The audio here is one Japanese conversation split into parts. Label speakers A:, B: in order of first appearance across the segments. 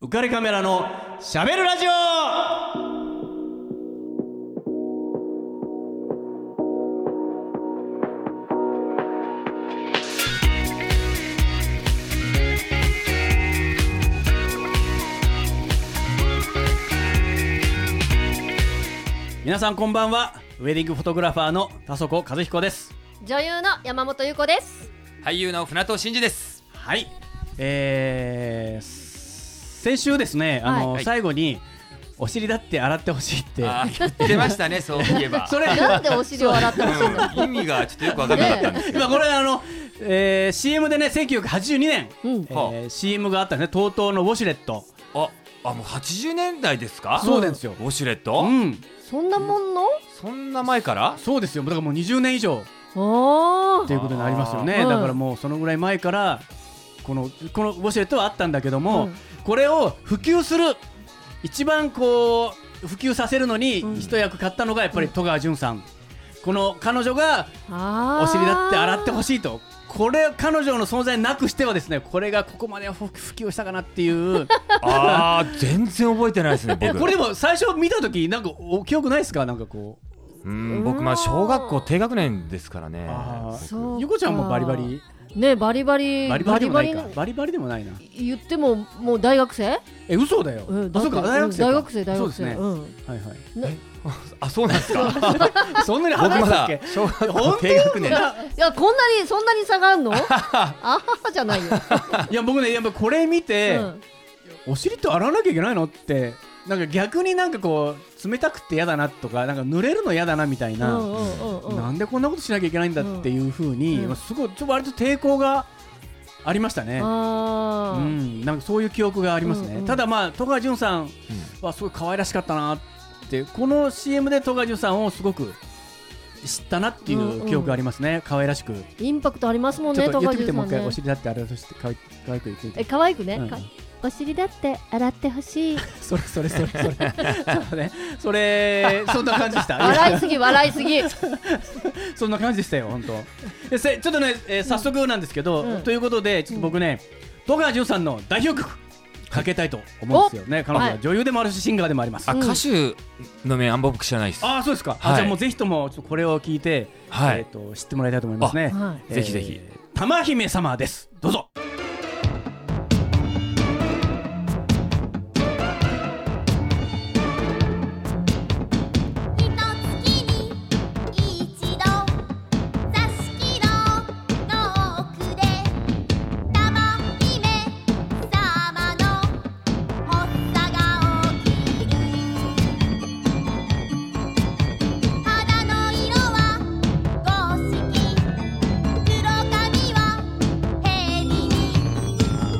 A: 浮かれカメラのしゃべるラジオ皆さんこんばんはウェディングフォトグラファーの田底和彦です
B: 女優の山本優子です
C: 俳優の船戸真二です。
A: はい、えー、先週ですね、あの、
C: はい
A: 最後にお尻だって洗ってほしいって、
C: あー、言ってましたね、そういえば。
A: それ
B: なんでお尻を洗ってほしいの
C: うん意味がちょっとよくわからなかったんですけど。
A: 今これあの、えー、CM でね1982年、
B: うん
A: えー、CM があったね TOTO のウォシュレット
C: あ、あ、もう80年代ですか。
A: そうなんですよ
C: ウォシュレッ
A: う
C: ト。
A: ん
B: そんなもんの
C: そんな 前から。
A: そうですよだからもう20年以上
B: お
A: っていうことになりますよね
B: あー
A: だからもうそのぐらい前からこのこのウォシュレットはあったんだけども、
B: うん
A: これを普及する一番こう普及させるのに
B: うん
A: 一役買ったのがやっぱり戸川純さん、この彼女が
B: あー
A: お尻だって洗ってほしいとこれ彼女の存在なくしてはですねこれがここまで普及したかなっていう。
C: ああ、全然覚えてないですね、
A: え
C: 僕。
A: これでも最初見た時なんかお記憶ないですかなんかこ
C: うん、僕、まあ、小学校低学年ですからね。
A: あー
B: そうう
A: ゆこちゃんもバリバリ
B: ねバリバリ
A: バリバリでもないか
B: バリバ
A: バリバリでもないな
B: リ言ってももう大学生、
A: え嘘だよ
B: うん、
A: あそうか大学生か
B: 大学生大
A: そうで
B: 学
A: す
B: 生
A: ねは
B: うん
A: いはい
C: あ、そうなんです か。
A: そんなに
C: 僕
A: 話
C: ますだ
A: っけ
C: 小学校低学年。
B: いやこんなにそんなに差がある のあははじゃないよ、
A: いや僕ねやっぱこれ見て
B: うん
A: お尻って洗わなきゃいけないのってなんか逆になんかこう冷たくて嫌だなとかなんか濡れるの嫌だなみたいうなん
B: うんうんうん
A: なんでこんなことしなきゃいけないんだっていうふうに
B: うん
A: まあすごいちょっと割と抵抗がありましたねう
B: あー
A: ん、なんかそういう記憶がありますね、
B: うんうん
A: ただまあ戸川純さんはすごい可愛らしかったなってこの CM で戸川純さんをすごく知ったなってい
B: んう
A: うん記憶がありますね、可愛らしく、
B: インパクトありますもん
A: ちょ
B: ね
A: っと言って
B: 戸
A: みてもう一回、
B: ね
A: お尻だってあれとして可愛可愛く言ってみ
B: え
A: て
B: 可愛くね、
A: うん
B: かお尻だって洗ってほしい
A: それそれそれそれそうねそれそんな感じでしたいや
B: 笑いすぎ笑いすぎ
A: そんな感じでしたよ本当でせちょっとね、えー早速なんですけど、
B: うん
A: ということでちょっと僕ね、戸川純さんの代表曲かけたいと思うんですよね彼女は女優でもあるしシンガーでもあります、
C: あ、歌手の面、あんま僕知らないです。
A: ああそうですか、あ
C: はい
A: じゃあもうぜひともちょっとこれを聞いて、
C: はい
A: えー、と知ってもらいたいと思いますね、
B: あはい
A: えー
C: ぜひぜひ
A: 玉姫様ですどうぞ
D: ひと月に一度座敷の遠くで玉姫様の発作が起きる肌の色は五色黒髪はヘリに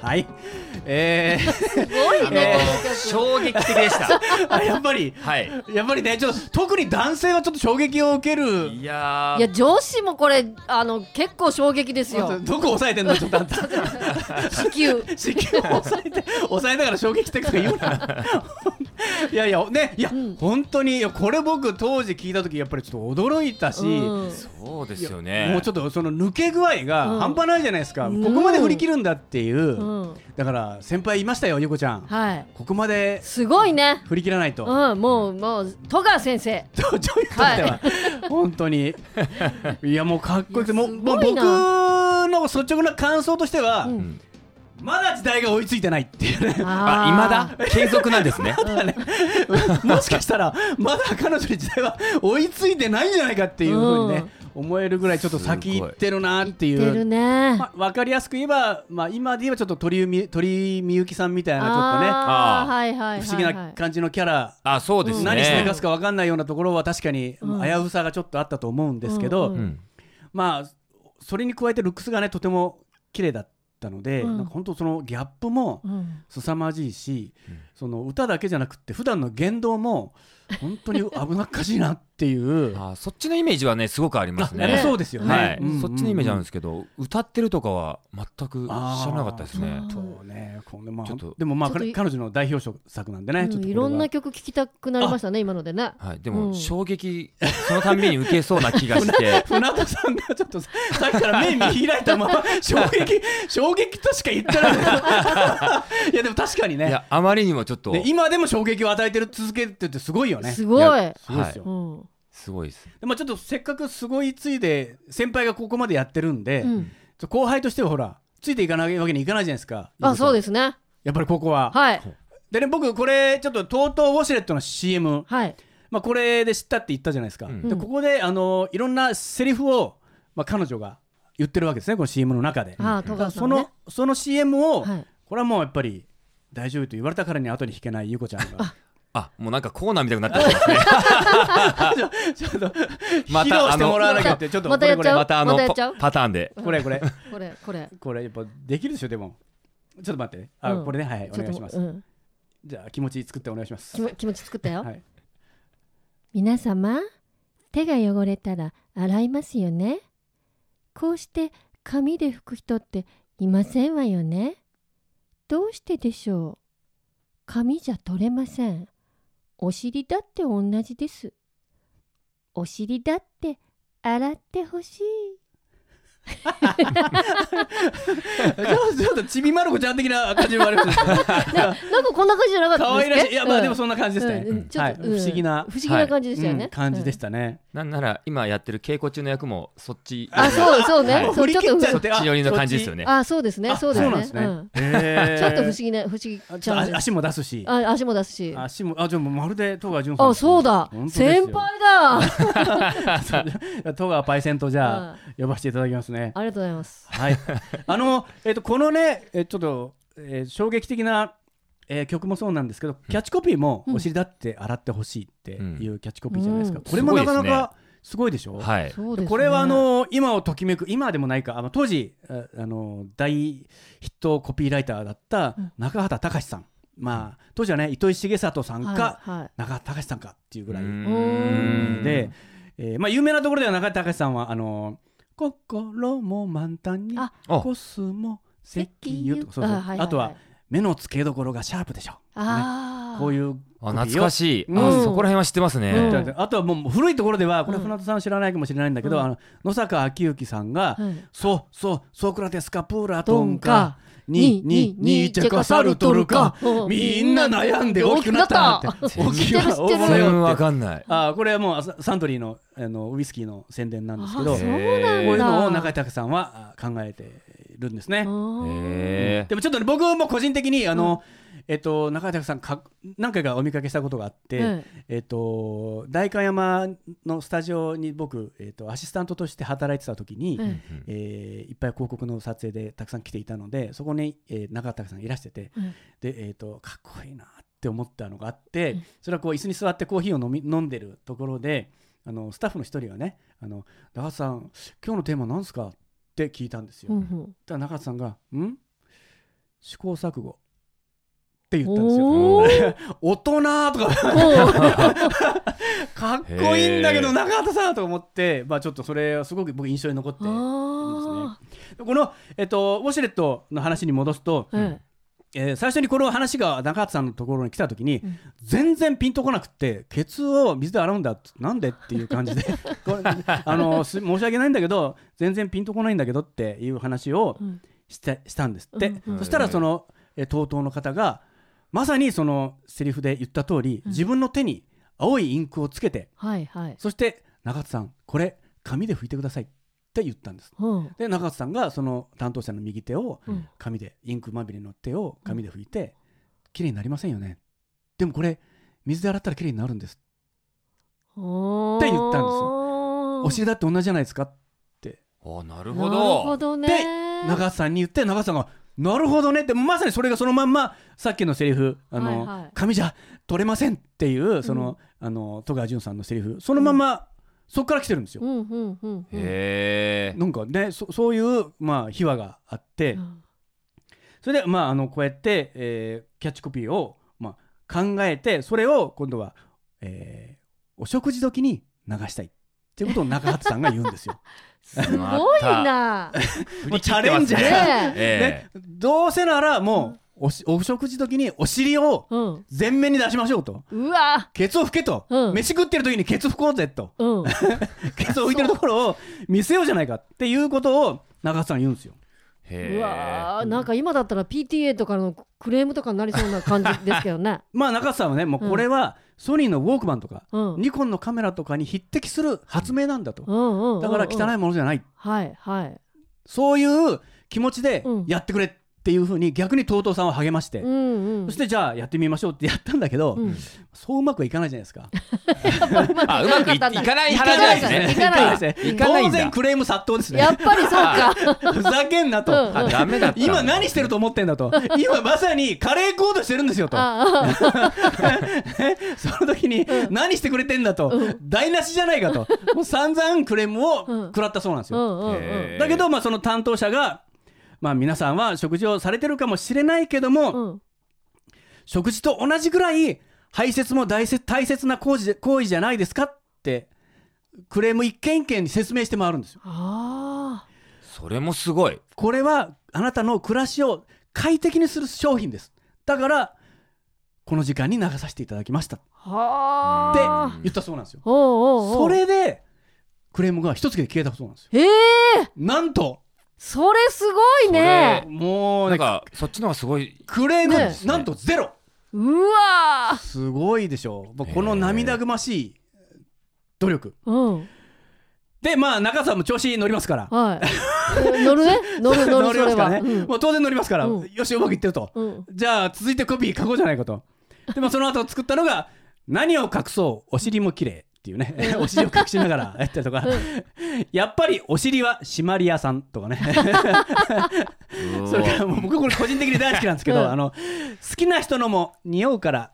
A: はいえー、
B: すごいね
C: あの衝撃的でした。
A: あやっぱり
C: はい。
A: やっぱりねちょっと特に男性はちょっと衝撃を受ける
C: いや
B: いや
C: ー、
B: 上司もこれあの結構衝撃ですよ
A: どこ抑えてんのちょっとあんた
B: 子
A: 子宮
B: 宮
A: を抑えて抑えながら衝撃的とか言うな いやいやねいや、
B: ん
A: 本当にいやこれ僕当時聞いた時やっぱりちょっと驚いたし、
B: うん
C: そうですよ
A: い
C: ね。
A: やもうちょ
C: っ
A: っとその抜け具合
B: うん
A: が半端ないじゃないですか、
B: うん
A: ここまで振り切るんだっていう、
B: うん
A: だから先輩いましたよゆこちゃん、
B: はい
A: ここまです
B: ごいね
A: 振り切らないと、
B: うんもうもう戸川先生
A: と ちょいと待っては本当 にいやもうかっこよくてもう
B: い
A: も
B: や
A: う
B: すごい
A: 僕
B: な
A: の率直な感想としては、
B: うん
C: ん
A: まだ時代が追いついてないっていうね
C: あ、いまだ継続なんですね。
A: もしかしたらまだ彼女に時代は追いついてないんじゃないかっていうふうにね、思えるぐらいちょっと先行ってるなってい
B: 出る
A: う。
B: ね
A: まあ、分かりやすく言えば、まあ、今で言えばちょっと鳥海鳥みゆきさんみたいなちょっとね
B: あー
C: あー
B: はいはいはいはい
A: 不思議な感じのキャラ、
C: あ、そうですね。
A: 何しでかすか分かんないようなところは確かに危
B: うん
A: うさがちょっとあったと思うんですけど、
B: うんう
C: うん。
A: まあそれに加えてルックスがねとても綺麗だったので、
B: うん
A: なんか本当そのギャップも
B: うん
A: 凄まじいし、
C: うん
A: その歌だけじゃなくって普段の言動も本当に危なっかしいなっていう。
C: あ、そっちのイメージはね、すごくあります
A: あや
C: ね。
A: っぱそうですよね、
C: はい
A: うんうんうん
C: そっちのイメージあるんですけど、歌ってるとかは全く知らなかったですね
B: あ。
A: そうね、このまあ
C: ちょっと
A: でもまあ
B: ちょっと
A: 彼彼女の代表作なんで
B: う
A: ね、ちょっ
B: ん
A: と
B: い
A: い
B: ろんな曲聴きたくなりましたね今のでね
C: はい、で
B: う
C: も
B: ん
C: 衝撃、そのたんびに受けそうな気 がして。
A: 船戸さんがちょっとささっきから目見開い たまま衝撃衝撃としか言ってないいやでも確かに
C: い
A: ね
C: や、あまりにもちょっと。
A: で今でも衝撃を与えてる続けててすごいよね
B: す
A: す
B: ごい
C: や
A: ごいですよ、
B: うん
C: ごいです。
A: でまあ、ちょっとせっかくすごいついで先輩がここまでやってるんで、
B: うん
A: 後輩としてはほらついていかないわけにいかないじゃないですか
B: あそう
A: です
B: ですね
A: やっぱりここは、
B: はい
A: でね僕これちょっと TOTO ウォシュレットの CM、
B: はい
A: まあ、これで知ったって言ったじゃないですか、
C: うん
A: でここであのいろんなセリフを、まあ、彼女が言ってるわけですねこの CM の中で、
B: あー戸
A: だから
B: 川さ
A: そ
B: んね
A: のその CM を、
B: はい
A: これはもうやっぱり大丈夫と言われたからに後に引けないゆうこちゃんが
C: あ、もうなんかコーナーみたいに なってますね。
A: ちょっと、
C: ま
A: 披
C: た
A: 露してもらわなきゃって、ちょっと、
B: ま
A: こ
B: た
A: れこれ、
B: や
C: またあの
B: またやっ
C: パ
B: ちゃう
C: パターンで。
A: これ、これ、
B: これこれ
A: これ、やっぱ、できるでしょ、でも。ちょっと待ってね。あ、
B: うん
A: これね、はい、はい、お
B: ちょっ
A: 願
B: と
A: いします
B: う。ん
A: じゃあ、気持ち作ってお願いします
B: 気。も気持ち作ったよ
A: はい。
B: 皆様手が汚れたら洗いますよねこうして紙で拭く人っていませんわよねどうしてでしょう紙じゃ取れませんお尻だって同じですお尻だって洗ってほしい
A: ちょっとちょっと、ちびまる子ちゃん的な感じもあ ります。
B: なんかこんな感じじゃなかった
A: 可
B: で
A: 愛
B: すね
A: らしい。いや、まあ、でも、
B: そ
A: そんな感じでしたね。
B: ちょっと、
A: はい不思議な
B: 不思議な感じでしたよ
A: う
B: ね
A: ん、感じでし
B: うん
A: たね。
C: なんなら、今やってる稽古中の役も、そっち。
B: あそうそうね、
C: はい
B: そ
A: 振
B: う
A: り
B: ちょ
A: 切
B: っと
A: っちゃ
B: ふ
A: って、
C: そっち寄りの感じですよ
A: ね。
C: ね。
B: あそうですね
A: あ
B: そうです
A: そ
B: ね
A: うなんですね
B: うん
A: へー
B: ちょっと不思議な不思議
A: あち
B: チ
A: ょっと
B: ャン
A: あ
B: スです
A: 足も出すし。
B: あ足も出すしあ
A: あ足も、あ、じゃあもうまるで、戸川淳さん。
B: そうだ
A: 本当ですよ
B: 先輩だあ
A: そう戸川パイセンとじゃあ、呼ばせていただきますね。
B: りがとうございます
A: はい、あの、えっと、このね、えちょっと、えー衝撃的な、えー曲もそうなんですけど、キャッチコピーも、
B: うん
A: お尻だって洗ってほしいっていうキャッチコピーじゃないですか。
B: うん
A: これもなかな
C: すごいです
A: かすごいでしょ。
C: はい。
B: そうですね
A: これはあの今をときめく今でもないかあの当時ああの大ヒットコピーライターだった
B: うん
A: 中畑隆さん、まあ当時はね糸井重里さんか、
B: はいはい
A: 中畑隆さんかっていうぐらい、
C: う
B: ー
C: ん
A: で、、えーまあ、有名なところでは中田隆さんはあの心も満タンに
B: あ
C: あ
A: コスモ石油とかそうそう
B: あ
A: あ,、
B: はいいい
A: とは目の付けどころがシャープでしょ
B: あー
A: こういう
C: あ、懐か
A: しい
C: しい。あ、
A: うん
C: そこら辺は知ってますね。
B: うん
A: あとはもう古いところではこれ
B: うん
A: 船戸さん知らないかもしれないんだけど、
B: うん
A: あの野坂昭之さんが、
B: はい
A: そうそうソクラテスかプーラト
B: ド
A: ン
B: ン
A: か
B: か
A: にににチェカサルトルかみんな悩んで大きくなったなって
C: 大きく
B: なっ
A: 大きくな
B: た知ってる知っ
A: 大きくなった
B: てる
C: 全然わかんない。
A: あーこれはもうササントリーのあのウイスキーの宣伝なんですけど
B: あ
A: こ
B: そう
C: へ
A: う
B: な
C: ー
B: んだ
A: いうのを中井拓さんはあ考えているんですね。
C: へ
A: でもちょっとね僕も個人的にあの、えっと、中井拓さんか何回かお見かけしたことがあって、えっと、代官山のスタジオに僕、えっと、アシスタントとして働いてた時に、
B: うん
A: えーいっぱい広告の撮影でたくさん来ていたのでそこに、えー、中畑さんいらしてて、
B: うん
A: で、えー、とかっこいいなって思ったのがあって、それはこう椅子に座ってコーヒーを飲み飲んでるところであのスタッフの一人がね「あの中畑さん今日のテーマなんすか?」って聞いたんですよ。
B: うん
A: だから中畑さんが「ん試行錯誤って言ったんですよ
B: おー
A: 大人と かかっこいいんだけ
C: へ
A: ど
C: ー
A: 中畑さんと思って、まあ、ちょっとそれはすごく僕印象に残ってこ
B: あ
A: の、えっと、ウォシュレットの話に戻すと、
B: ーえ
A: えー最初にこの話が中畑さんのところに来た時に、
B: うん
A: 全然ピンとこなくってケツを水で洗うんだってなんでっていう 感じでこれあのす申し訳ないんだけど全然ピンとこないんだけどっていう話を
B: えうん
A: してしたんですって、
B: うんうん
A: そしたらその TOTO の方がまさにそのセリフで言った通り、
B: うん
A: 自分の手に青いインクをつけて
B: はいはい
A: そして中津さんこれ紙で拭いてくださいって言ったんです
B: うん
A: で中津さんがその担当者の右手を
B: うん
A: 紙でインクまみれの手を紙で拭いて綺麗になりませんよねでもこれ水で洗ったら綺麗になるんです
B: おー
A: って言ったんですお尻だって同じじゃないですかって
C: おなる
B: なる
C: ほど
B: ほどね
A: 中津さんに言って中津さんが「なるほどね」ってまさにそれがそのまんまさっきのセリフ「あの
B: はいはい
A: 紙じゃ取れません」っていうその、あの戸川淳さんのセリフそのまんま、そこから来てるんですよ
B: う。んうんうんうん
C: へえ
A: なんかねそそういう、まあ、秘話があって、
B: うん
A: それで、まあ、あのこうやって、えーキャッチコピーを、まあ、考えてそれを今度は、えーお食事時に流したいっていうことを中畑さんが言うんですよ。
B: すごいな
A: もうチャレンジャ
C: 振り切ってますね
B: ねえ
C: え
A: ね、どうせならもうおしお食事時にお尻を
B: うん
A: 前面に出しましょうと。
B: うわ
A: ケツを拭けと、
B: うん
A: 飯食ってる時にケツ拭こうぜ と
B: うん
A: ケツを拭いてるところを見せようじゃないかっていうことを中畑さん言うんですよ。
C: え
B: う
C: へ
B: わーなんか今だったら PTA とかのクレームとかになりそうな感じですけど ね
A: まあ中畑さんはねもうこれはソニーのウォークマンとか、
B: うん
A: ニコンのカメラとかに匹敵する発明なんだと、
B: うんうん
A: だから汚
B: い
A: いものじゃない、
B: はいはい
A: そういう気持ちで
B: うん
A: やってくれっていうふうに逆に TOTO さんを励まして、
B: うんうん
A: そしてじゃあやってみましょうってやったんだけど、
B: うん
A: そううまくいかないじゃないですか。
C: あうまくいいかない話なんですね
B: いかない
C: です
A: ですね
C: いかない
A: 当
C: んだ
A: 然クレーム殺到です
B: や
A: ね
B: っぱりそう か
A: ふざけんなと、
B: うん
C: あダメだった
A: 今何してると思ってんだと今まさにカレーコードしてるんですよと
B: ああ
A: その時に何してくれてんだと、台無しじゃないかともう散々クレームを食らったそうなんです
B: う
A: よ、
B: んうんうん
C: へー
A: だけど、まあ、その担当者が、まあ、皆さんは食事をされてるかもしれないけども、
B: うん
A: 食事と同じぐらい排泄も大切大切な行為じ行為じゃないですかってクレーム一件一件に説明して回るんですよ
B: あ
C: それもすごい
A: これはあなたの暮らしを快適にする商品ですだからこの時間に流させていただきましたって
B: あはあ
A: 言ったそうなんですよ
B: おうおうお
A: そうれでクレームが一つで消えたそうなんですよ
B: へえ
A: なんと
B: それすごいね
A: もう
C: な
A: ね
C: んかそっちの方がすごい
A: クレーム、
B: ね
A: なんとゼロ
B: うわ
A: すごいでしょもうこの涙ぐましい努力
B: ーうん
A: でまあ中さんも調子に乗りますから
B: はいえ乗るね乗る乗るそ
A: ま
B: れ
A: すから
B: は
A: ね、
B: うん
A: もう当然乗りますから、
B: うん
A: よしうまくいってると、
B: うん
A: じゃあ続いてコピー書こうじゃないかとでもその後作ったのが「何を隠そうお尻も綺麗っていうね お尻を隠しながらやったりとか、やっぱりお尻は締まり屋さんとかね
C: う
A: それからもう僕これ個人的に大好きなんですけど、
B: うん
A: あの好きな人のも匂うから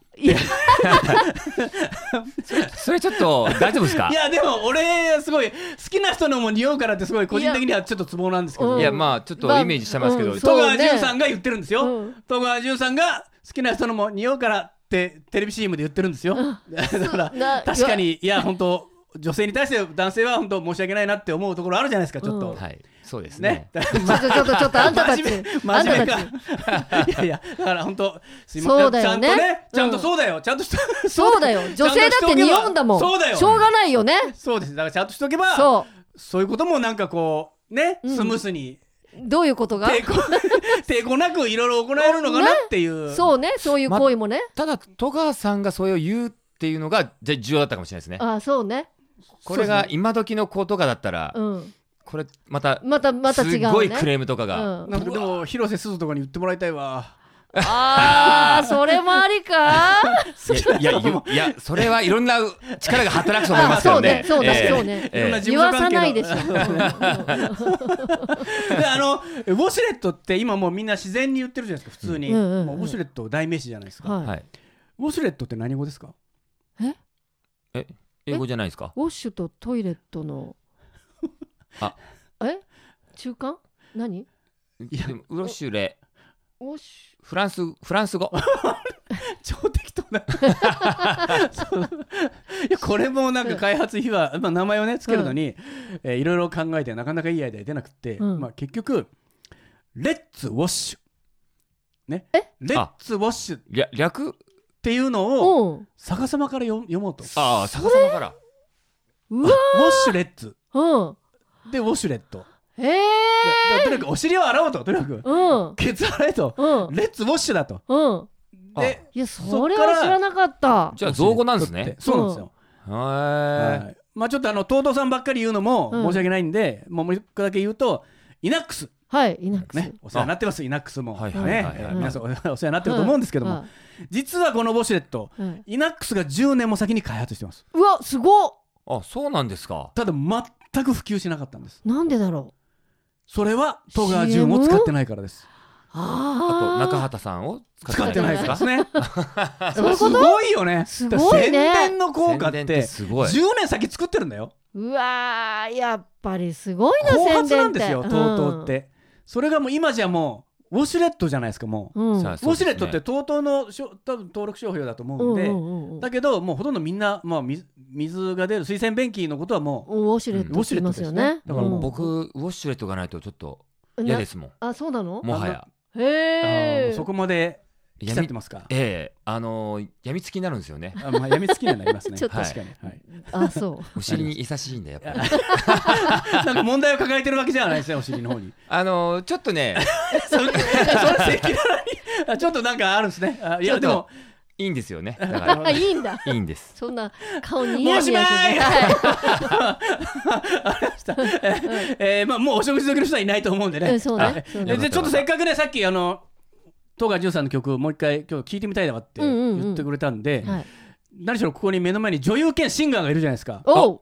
C: それちょっと大丈夫ですか
A: いやでも俺すごい好きな人のも匂うからってすごい個人的にはちょっとツボなんですけど、
B: うん
C: いやまあちょっとイメージしてますけど、
B: まあうん
A: 戸
B: そう
A: 川
B: ね
A: 淳さんが言ってるんですよ、
B: うん
A: 戸川淳さんが好きな人のも匂うからってテレビ CM で言ってるんですよ、だから
B: な
A: 確かにいや本当女性に対して男性は本当申し訳ないなって思うところあるじゃないですかちょっと、
B: うん
C: はいそうです
A: ね
C: ね、
B: ちょっとちょっとちょっとあんたたち
A: 真面目
B: あ
A: 真
B: んた
A: 面目
B: た
A: か
B: ち
A: いやいやだから本当すいませ、
B: そうんだ
A: ちゃ
B: よ
A: ん
B: ね
A: とねちゃんと
B: うん
A: そうだよ、ちゃんとしと
B: そうだよ
A: ちゃ
B: 女
A: と
B: 性だって
A: しとけば
B: 匂うんだもん
A: そうだよ
B: しょうがないよね
A: そうですだからちゃんとしとけばそう
B: そ
A: いうこともなんかこうね
B: うん
A: スムースに
B: うどういうことが
A: 抵抗 抵抗なくいろいろ行えるのかなっていう、
B: そうねそういう行為もね
C: ただ戸川さんがそれを言うっていうのがじゃあ重要だったかもしれないですね
B: あそうね
C: これが今時の子とかだったら、
B: うん
C: これまた
B: またまた違う
C: す
B: ね
C: ごいクレームとかが、
B: うん
A: なんかでも広瀬すずとかに言ってもらいたいわ
B: ああそれもあ りか
C: いやいやいやいやそれはいろんな力が働くと思いますけどね
B: あそうねそうだ
C: ええ
B: そうね
C: ええ
A: いろんな事
B: 言
A: 務
B: わ
A: 所
B: さ
A: 関係の
B: ないでしょう ん
A: であのウォシュレットって今もうみんな自然に言ってるじゃないですか普通に、
B: うんうんうんうん
A: もうウォシュレット代名詞じゃないですか、
B: はい
C: はい、
A: ウォシュレットって何語ですか
C: 英語じゃないですか
B: ウォッシュとトイレットの
C: あ
B: え中間何
A: いや
C: でもウロシュレ
B: おし
C: フランスフランス語
A: 超適当だ そう いやこれもなんか開発費は、まあ、名前をねつけるのに、えーいろいろ考えてなかなかいいアイデア出なくって、
B: うん
A: まあ、結局レッツウォッシュねレッ
C: あ
A: ツウォッシュっ
C: りゃ略
A: ていうのを
B: おう
A: 逆さまから読読もうとウォ
C: ああ逆さまから
B: う
A: ッ
B: わ
A: シュレッツ
B: うん
A: でウォシュレット
B: ええ
A: ででとにかくお尻を洗おうととにかく
B: うん
A: ケツ洗えと
B: うん
A: レッツウォッシュだと
B: うん
A: で
B: いやそれは知らなかった
C: じゃあ造語なんです
A: ウォシュレット
C: ね
A: ってそうなんですよ
C: は
A: はいまあちょっとあの東堂さんばっかり言うのも
B: うん
A: 申し訳ないんで、もうもう一個だけ言うとイナックス
B: はいイナックス
A: ねお世話になってますイナックスも、
C: はい
A: ね
C: はいはいはい
A: えー皆さんおお世話になってると思うんですけども、
B: はい
A: 実はこのウォシュレット
B: はい
A: イナックスが10年も先に開発してます
B: うわすごっ
C: いあそうなんですか
A: ただ全く普及しなかったんです
B: なんでだろう
A: それは戸川潤も使ってないからです
C: あと
B: あ
C: 中畑さんを
A: 使ってないからですねやっぱ
B: そういう
A: す
B: こと
A: ごいよね
B: すごいね
A: だから宣伝の効果っ
C: 宣伝
A: て
C: すごい
A: 10年先作ってるんだよ
B: うわーやっぱりすごいな
A: 後
B: 宣伝っ
A: 発
B: て
A: なんですよ TOTO っ、て、それがもう今じゃもうウォシュレットじゃないですかもう
B: うんうん
C: さあ
A: ウォシュレットって TOTO のしょ多分登録商標だと
B: うん
A: 思うん
B: う
A: で、
B: んうんうん
A: だけどもうほとんどみんな、まあ、水水が出る水洗便器のことはも
B: ウォシュレッ
C: うんウ
B: ト
A: ォシュ
B: し
A: レット
B: ま
A: ですす
B: よ
A: ね
B: ね。
A: だ
C: も
A: から
C: う
A: もう
C: 僕ウォッシュレットがないとちょっと
B: うん
C: 嫌ですもん
B: あ、そうなの？
C: もはや
B: へ
A: う、あ
B: え
A: ー。そこまで来ちゃっ
C: 闇
A: てますか
C: ええあのーやみつきになるんですよね
A: あ、まあ、やみつきにはなりますね
B: ちょっ
C: と
A: 確かに、はい、
B: あ、そう。
C: お尻に優しいんだやっぱり
A: なんか問題を抱えてるわけじゃないですねお尻の方 に
C: あのーちょっ とね
A: それそれ赤裸々にあちょっとなんかあるんですねあい
C: ちょ
A: や
C: っ
A: でも
C: といいんですよねだか
A: あ
C: ら
B: あ、いいんだ。
C: いいんです
B: そんな顔に
A: も
B: や
A: うおし
B: に
A: ま
B: や
A: い
B: しては
A: えーまあ、もうお食事時の人はいないと思うんで
B: い。う
A: ね
B: ん、そう
A: はい
B: ね。そう
A: え
B: ね
A: でちょっとせっかくねさっきあの東川潤さんの曲をもう一回今日聞いてみたいなって
B: うんうんうん
A: 言ってくれたんで、
B: はい。
A: 何しろここに目の前に女優兼シンガーがいるじゃないですか
B: おう、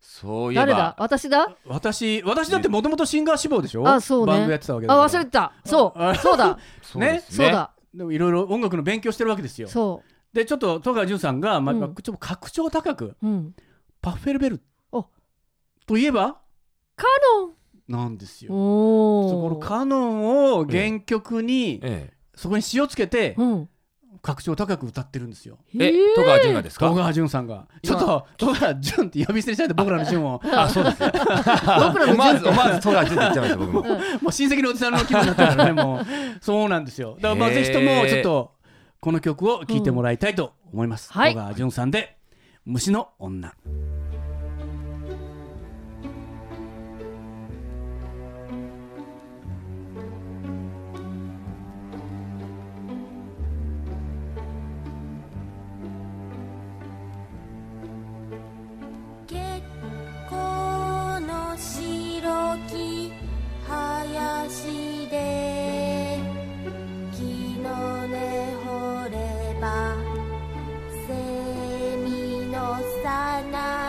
C: そういえ
B: 誰だ
C: ば？
B: 私だ？
A: 私私だってもともとシンガー志望でしょ
B: あそうね
A: バンドやってたわけだ
B: あ、
A: から
B: 忘れてた。そ う、
A: あ
B: そうだ、
C: そうです
B: そう
C: ね
B: だ、
A: でもいろいろ音楽の勉強してるわけですよ
B: そ
A: でちょっと戸川潤さんが、ま
B: うん
A: まちょっと格調高く
B: う。うん。
A: パッフェルベル
B: お
A: といえば
B: カ
A: なんです
B: ノン。
A: よそこの
B: おお。
A: カノンを原曲に、
C: え
A: そこに詞をつけて
B: うん。
A: 格調高く歌ってるんですよ
C: ええ戸川純也です
A: 戸
C: か
A: 川潤さんがちょ
C: 今
A: っと戸川潤って呼び捨てにしないで僕らの 潤を
C: あそ うですね思わず思わず戸川純也って言っちゃいました僕も
A: もう親戚のおじさんの気分になったからねもう そうなんですよだからまあ
C: へー
A: ぜひともちょっとこの曲を聴いてもらいたいと思います、
B: うんはい
A: 戸川潤さんで「虫の女」
D: 結構の白き林で木の根掘ればセミのさな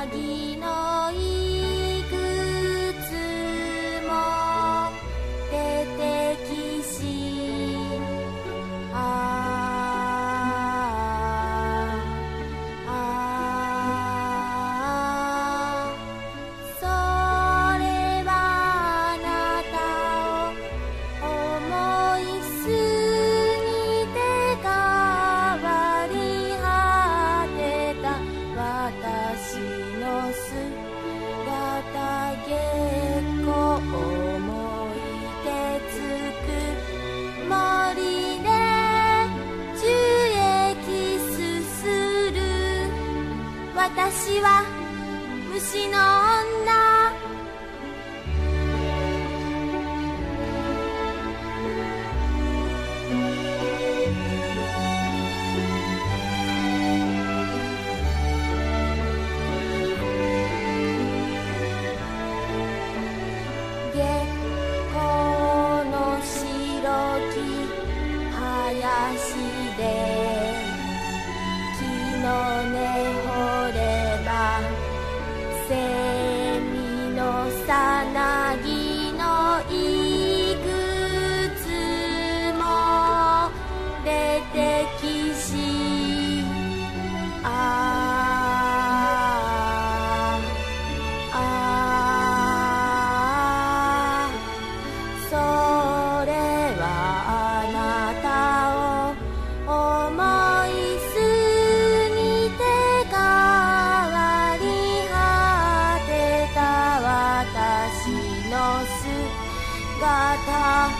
D: 姿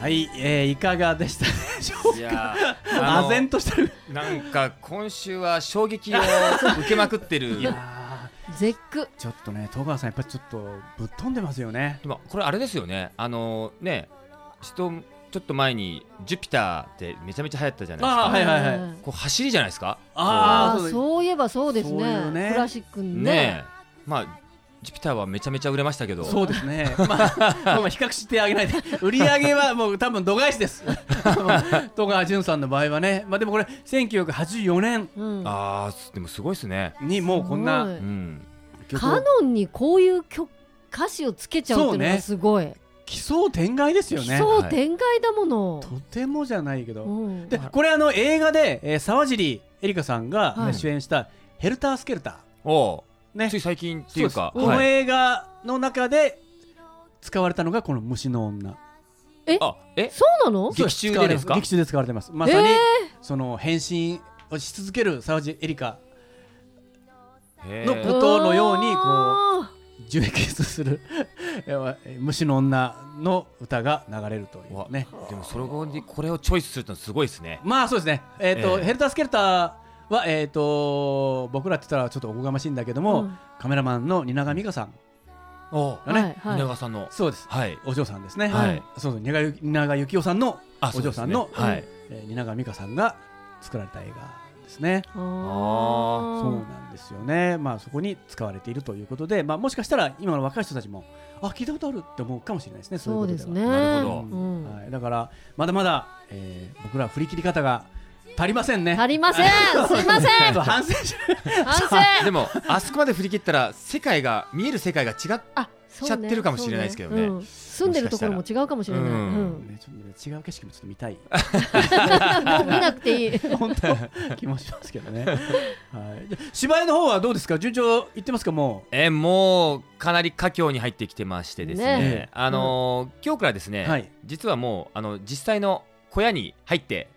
A: はい、えーいかがでしたでしょう
C: いやーあ
A: か唖
C: の
A: 然としてる
C: なんか今週は衝撃を受けまくってる
B: 絶句
A: ちょっとね戸川さんやっぱりちょっとぶっ飛んでますよね
C: でもこれあれですよねあのねちょっとちょっと前にジュピターってめちゃめちゃ流行ったじゃないですか
A: あーはいはいはい
B: うん
C: こう走りじゃないですか
A: あー
B: あ
A: そ
B: ー
A: う
B: そういえばそうです
A: そう
B: ね
A: よね
B: クラシック
C: こう
B: ね
C: ねえまあジュピターはめちゃめちゃ売れましたけど
A: そうです ね、まあ、もう比較してあげない で、売り上げはもう多分度外視です、 もう戸川淳さんの場合はね、まあ、でもこれ、1984年
B: うん
C: ああでもすごいですね
A: にもうこん
B: すご
A: ない
C: うん
A: 曲
B: カ
A: を
B: ノンにこういう曲歌詞をつけちゃうっていうの
A: そう
B: が
A: ね
B: すごい、
A: 奇想天外ですよね、
B: そう展開だもの、
A: とてもじゃないけど、
B: うん
A: でこれあの、映画で、えー沢尻エリカさんが、
B: はい
A: 主演した「ヘルター・スケルター
C: お」
A: ね
C: ーつい最近っていうか
A: そうですこの
C: い、
A: 映画の中で使われたのがこの「虫の女」
C: あえ
B: そうなの
C: 劇中でですか
A: 劇中で使われてますまさに、
B: えー
A: その変身をし続ける沢尻エリカ
C: へー
A: のことのようにこう
B: あ
A: 純血する えー虫の女の歌が流れるというう
C: わ
A: ね
C: でもそれにこれをチョイスするってのはすごいですね
A: まあそうですねえっ、と、
C: ええ
A: ヘルタースケルターはえっ、と僕らって言ったらちょっとおこがましいんだけども、
B: うん
A: カメラマンの蜷川美香さん
C: お
A: だ
B: ー
A: ね、
B: はいは
C: 稲
B: い
C: 川さんの
A: そうです
C: はい
A: お嬢さんですね、
C: はい
A: そうそう蜷川ゆ蜷川幸雄さんの
C: あ
A: お嬢さんの、
C: そうですねはい
A: えー蜷川美香さんが作られた映画ですね
B: あ
C: ー
A: そうなんですよね、まあ、そこに使われているということで、まあ、もしかしたら今の若い人たちもあ聞いたことあるって思うかもしれないですね
B: そうですね
C: なるほど
A: うん
B: うん
A: はい、だからまだまだ、えー僕らは振り切り方が足りませんね
B: 足りませんすいませ ん
A: そう反省し
B: 反
C: で
B: 省
C: もあそこまで振り切ったら世界が見える世界が違っ
B: あそうね
C: しちゃってるかもしれないですけどね
B: そううん住んでるところも違うかもしれない、う
C: もしかしたらうん
B: ん
A: ね、ちょっとね違う景色もちょっと見たい
B: もう 見なくていい
A: 本当気もしますけどね、はい、で芝居の方はどうですか順調いってますかも
C: えーもうかなり佳境に入ってきてましてですね
A: ね
C: あのー今日からですね、
A: はい
C: 実はもうあの実際の小屋に入って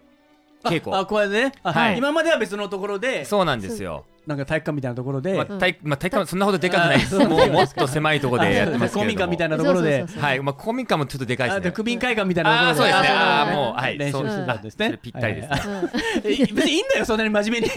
A: う
C: 稽古
A: ああこうやってね、あ
C: はい
A: 今までは別のところで
C: そうなんですよ、
A: なんか体育館みたいなところで、
C: まあ体まあ、体育館そんなほどでかくないです
A: あ
C: もうもっと狭いところでやってますけ
A: 公
C: れ
A: 民
C: ど
A: 館
C: も
A: みたいなところで
B: そうそうそうそう
C: はいまあ、公民館もちょっとでかい
A: あ
C: で
A: です
C: ね
A: 首会館みたい
C: あ
A: な
C: あー
A: とこ
C: そ
A: ろ
C: うですね
B: あそう
C: あ
B: だ
C: あー
B: ね
C: もうはい
A: 練習
C: そう
A: してたんですね
C: あそれぴったりです、
A: は
B: う
A: い
B: ん
A: え別にいいんだよそんなに真面目に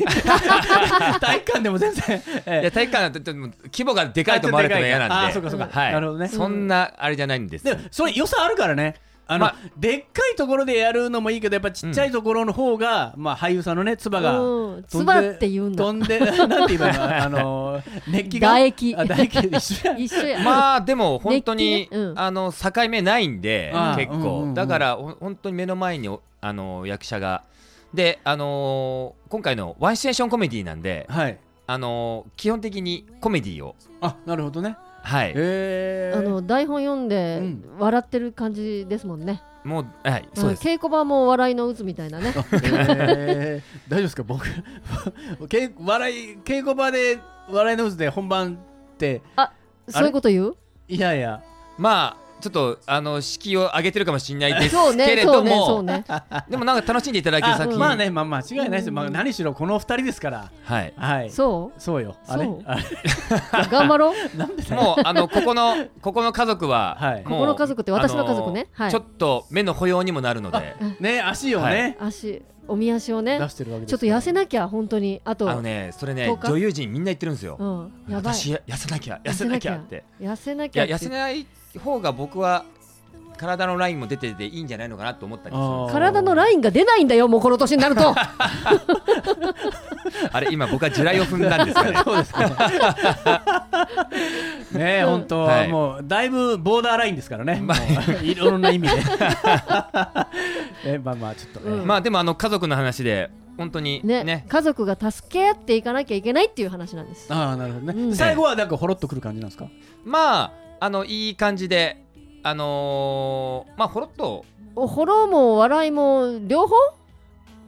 A: 体育館でも全然
C: い
A: え
C: や体育館だと規模がでかいと思われても嫌なんで
A: あそうかそうか
C: はい、
A: なるほどね
C: そんなあれじゃないんです
A: えでもそれ良さあるからねあの、
C: まあ
A: でっかいところでやるのもいいけどやっぱちっちゃいところの方が、まあ俳優さんのねつばが
B: うん
A: 飛んで
B: つばって言うんだ
A: 飛んで なんて言えばいいのあの熱気が
B: 唾液
A: あ唾液一緒や
B: 一緒や、
C: まあでも本当に、
B: 熱気ねうん
C: あの境目ないんで
A: ああ
C: 結
A: うんうんう
C: 構
A: ん
C: だからほ本当に目の前におあの役者がであのー今回のワンシチュエーションコメディなんで
A: はい
C: あのー基本的にコメディを
A: あなるほどね
C: はい
A: へえ
B: あの台本読んで
A: うん
B: 笑ってる感じですもんね、
C: もうはいそうです、
B: ん稽古場も笑いの渦みたいなね
A: あえー大丈夫ですか僕 稽笑い稽古場で笑いの渦で本番って
B: そういうこと言う
A: いやいや
C: まあちょっとあの式を上げてるかもしれな いです
B: そう
C: け
B: ね
C: れ
B: そ
C: ど
B: うねそう
C: も、
B: ね
C: でもなんか楽しんでいただける
A: あ
C: 作品
A: まあねまあまあ間違いないですよ、まあ、何しろこの二人ですから
C: はい
A: はいそう
B: そう
A: よあれ
B: そう
A: あれ
B: 頑張ろう
A: なんでだよ
C: もうあのここのここの家族は、
A: はい
C: もう
B: ここの家族って私の家族ね
C: あの
B: はい
C: ちょっと目の保養にもなるので
A: ね足をね、
B: 足おみ足をね
A: 出してるわけで
B: ちょっ
A: す
B: と
A: から
B: 痩せなきゃ本当にあと
C: あのねそれね
B: 10日
C: 女優陣みんな言ってるんですよ、
B: うんやばい
C: 私や痩せなきゃ痩せなきゃって
B: 痩せないきゃ
C: や痩せない方が僕は体のラインも出てていいんじゃないのかなと思ったりするんで
B: 体のラインが出ないんだよもうこの年になる と
C: すよあれ今僕は地雷を踏んだんですかね
A: そうですね ねえ
B: うん
A: 本当、
C: はい
A: もうだいぶボーダーラインですからね、ま あ、いろんな意味でえまあまあちょっと ね、
B: うん
C: まあでもあの家族の話で本当にね
B: ね家族が助け合っていかなきゃいけないっていう話なんです
A: ああなるほどね、
B: うん
A: 最後はなんかほろっとくる感じなんですか
C: まああのいい感じであのーまあほろっと
B: おほろも笑いも両方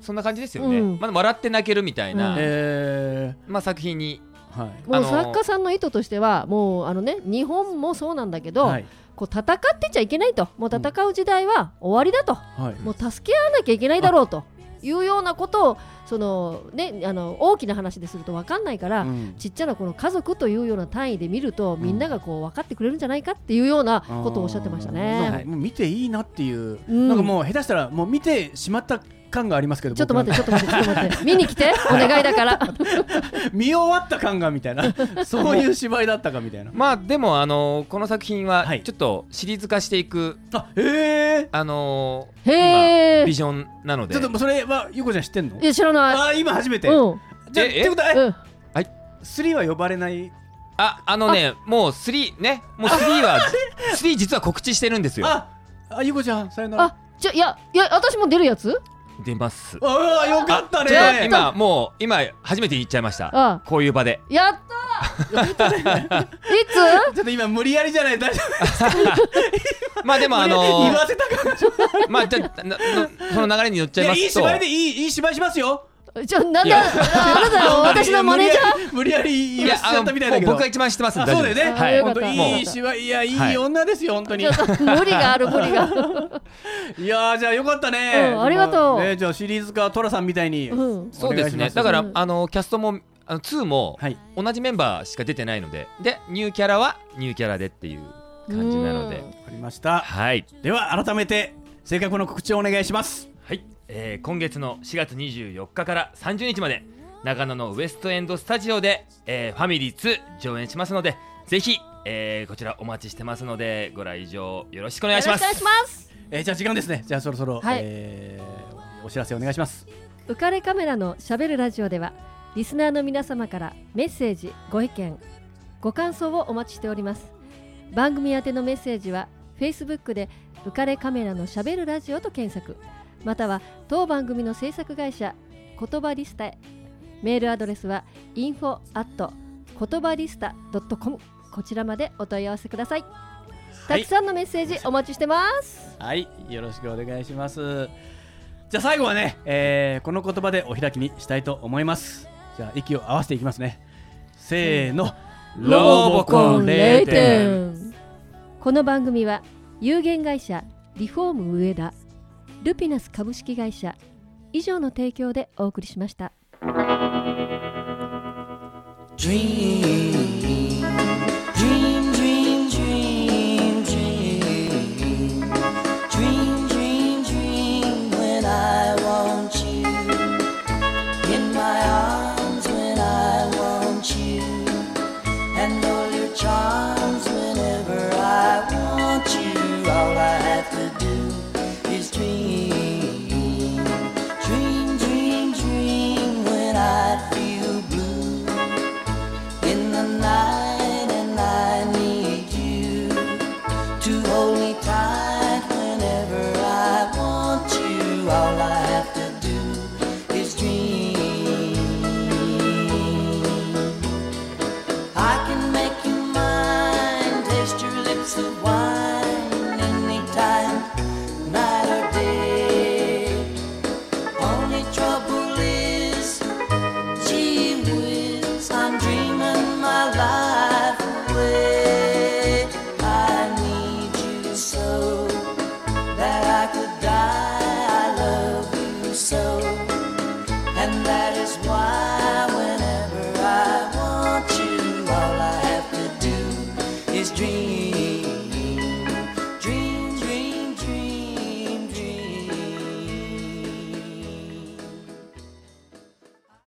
C: そんな感じですよね、
B: うん
C: まあ、笑って泣けるみたいな、
B: うん
A: え
C: まあ、作品に
A: ー、はい
B: も
C: あ
B: う
C: のー
B: 作家さんの意図としてはもうあのね日本もそうなんだけど、
A: はい
B: こう戦ってちゃいけないともう戦う時代は終わりだと、
A: はい
B: もう助け合わなきゃいけないだろうというようなことをその、ね、あの大きな話ですると分かんないから、
A: うん
B: ちっちゃなこの家族というような単位で見ると、みんながこう分かってくれるんじゃないかっていうようなことをおっしゃってました
A: なんか
B: ね。
A: もう見ていいなっていう、
B: うん
A: なんかもう下手したらもう見てしまった感がありますけど
B: ちょっと待って、
A: 僕
B: ちょっと待って、ちょっと待って、見に来て、お願いだから。
A: は見終わった感がみたいなそういう芝居だったかみたいな
C: まあでもあのこの作品は
A: はい
C: ちょっとシリーズ化していく、
A: あえ
C: あの
B: へ
C: 今
B: ー
C: ビジョンなの
A: ー、
C: で
A: ちょっともうそれはゆうこちゃん知ってんの
B: いや、知らない。
A: あー今初めて、
B: うん、
A: じゃあっ
C: ええ
A: てことはえ
B: うん、
A: 3は呼ばれない
C: ああのねもう3ねもう3は3実 は告知してるんですよ
A: ああゆうこちゃんさよなら
B: あ、じゃ、いや、いや、私も出るやつ。
C: 出ます
A: ああよかった
C: じゃあ
A: ね
C: 今もう今初めて言っちゃいました
B: あ
C: こういう場で
B: やったー。いつ。
A: ちょっと今無理やりじゃない大丈
C: まあ でも
A: 夫
C: あの
A: 言わせたから
C: まあじゃあななその流れに乗っちゃい
A: いや
C: ま
A: いい
C: すと
A: 芝居でいいいい芝居しますよ
B: ちょ、なん
A: い
B: だ、
A: や
B: あなた、私のマネージャー。
A: ー無理やり
C: い
A: 言わせちゃ
C: あ
A: っ
C: の
A: たみたいだけど
C: もう僕が一番知ってますん
A: あ
C: で大
A: そう
C: 丈
A: だよね、
B: あよか
C: 夫ですはい
A: 本
B: っ
A: 当
B: た
A: いい芝居いやい
C: はいい
A: 女ですよ本当に、
B: ちょっと無理がある無理が。
A: い、やーじゃあよかったね、
B: うんありがとう
A: ねじゃあシリーズ化寅さんみたいに、
B: うん。
C: そう
A: お願
C: です
A: い
C: ね
A: します
C: だから
B: うん
C: あのキャストもあの2も
A: はい
C: 同じメンバーしか出てないのででニューキャラはニューキャラでっていう感じなので
B: うん
A: わかりました
C: はい
A: では改めて正確の告知をお願いします
C: はい、えー今月の4月24日から30日まで長野のウエストエンドスタジオで、えーファミリー2上演しますのでぜひ、えーこちらお待ちしてますのでご来場よろしくお願いします
B: よろしくお願いします。
A: えーじゃあ時間ですねじゃあそろそろ、
B: はい
A: えーお知らせお願いします
B: 浮かれカメラのしゃべるラジオではリスナーの皆様からメッセージご意見ご感想をお待ちしております番組宛てのメッセージは Facebook で浮かれカメラのしゃべるラジオと検索または当番組の制作会社言葉リスタへメールアドレスは info at 言葉リスタ .com こちらまでお問い合わせくださいたくさんのメッセージお待ちしてます、
A: はいよろしくお願いしますじゃあ最後はね、えーこの言葉でお開きにしたいと思いますじゃあ息を合わせていきますねせーの
C: ロボコン0.0
B: この番組は有限会社リフォーム上田ルピナス株式会社以上の提供でお送りしました
E: Dream,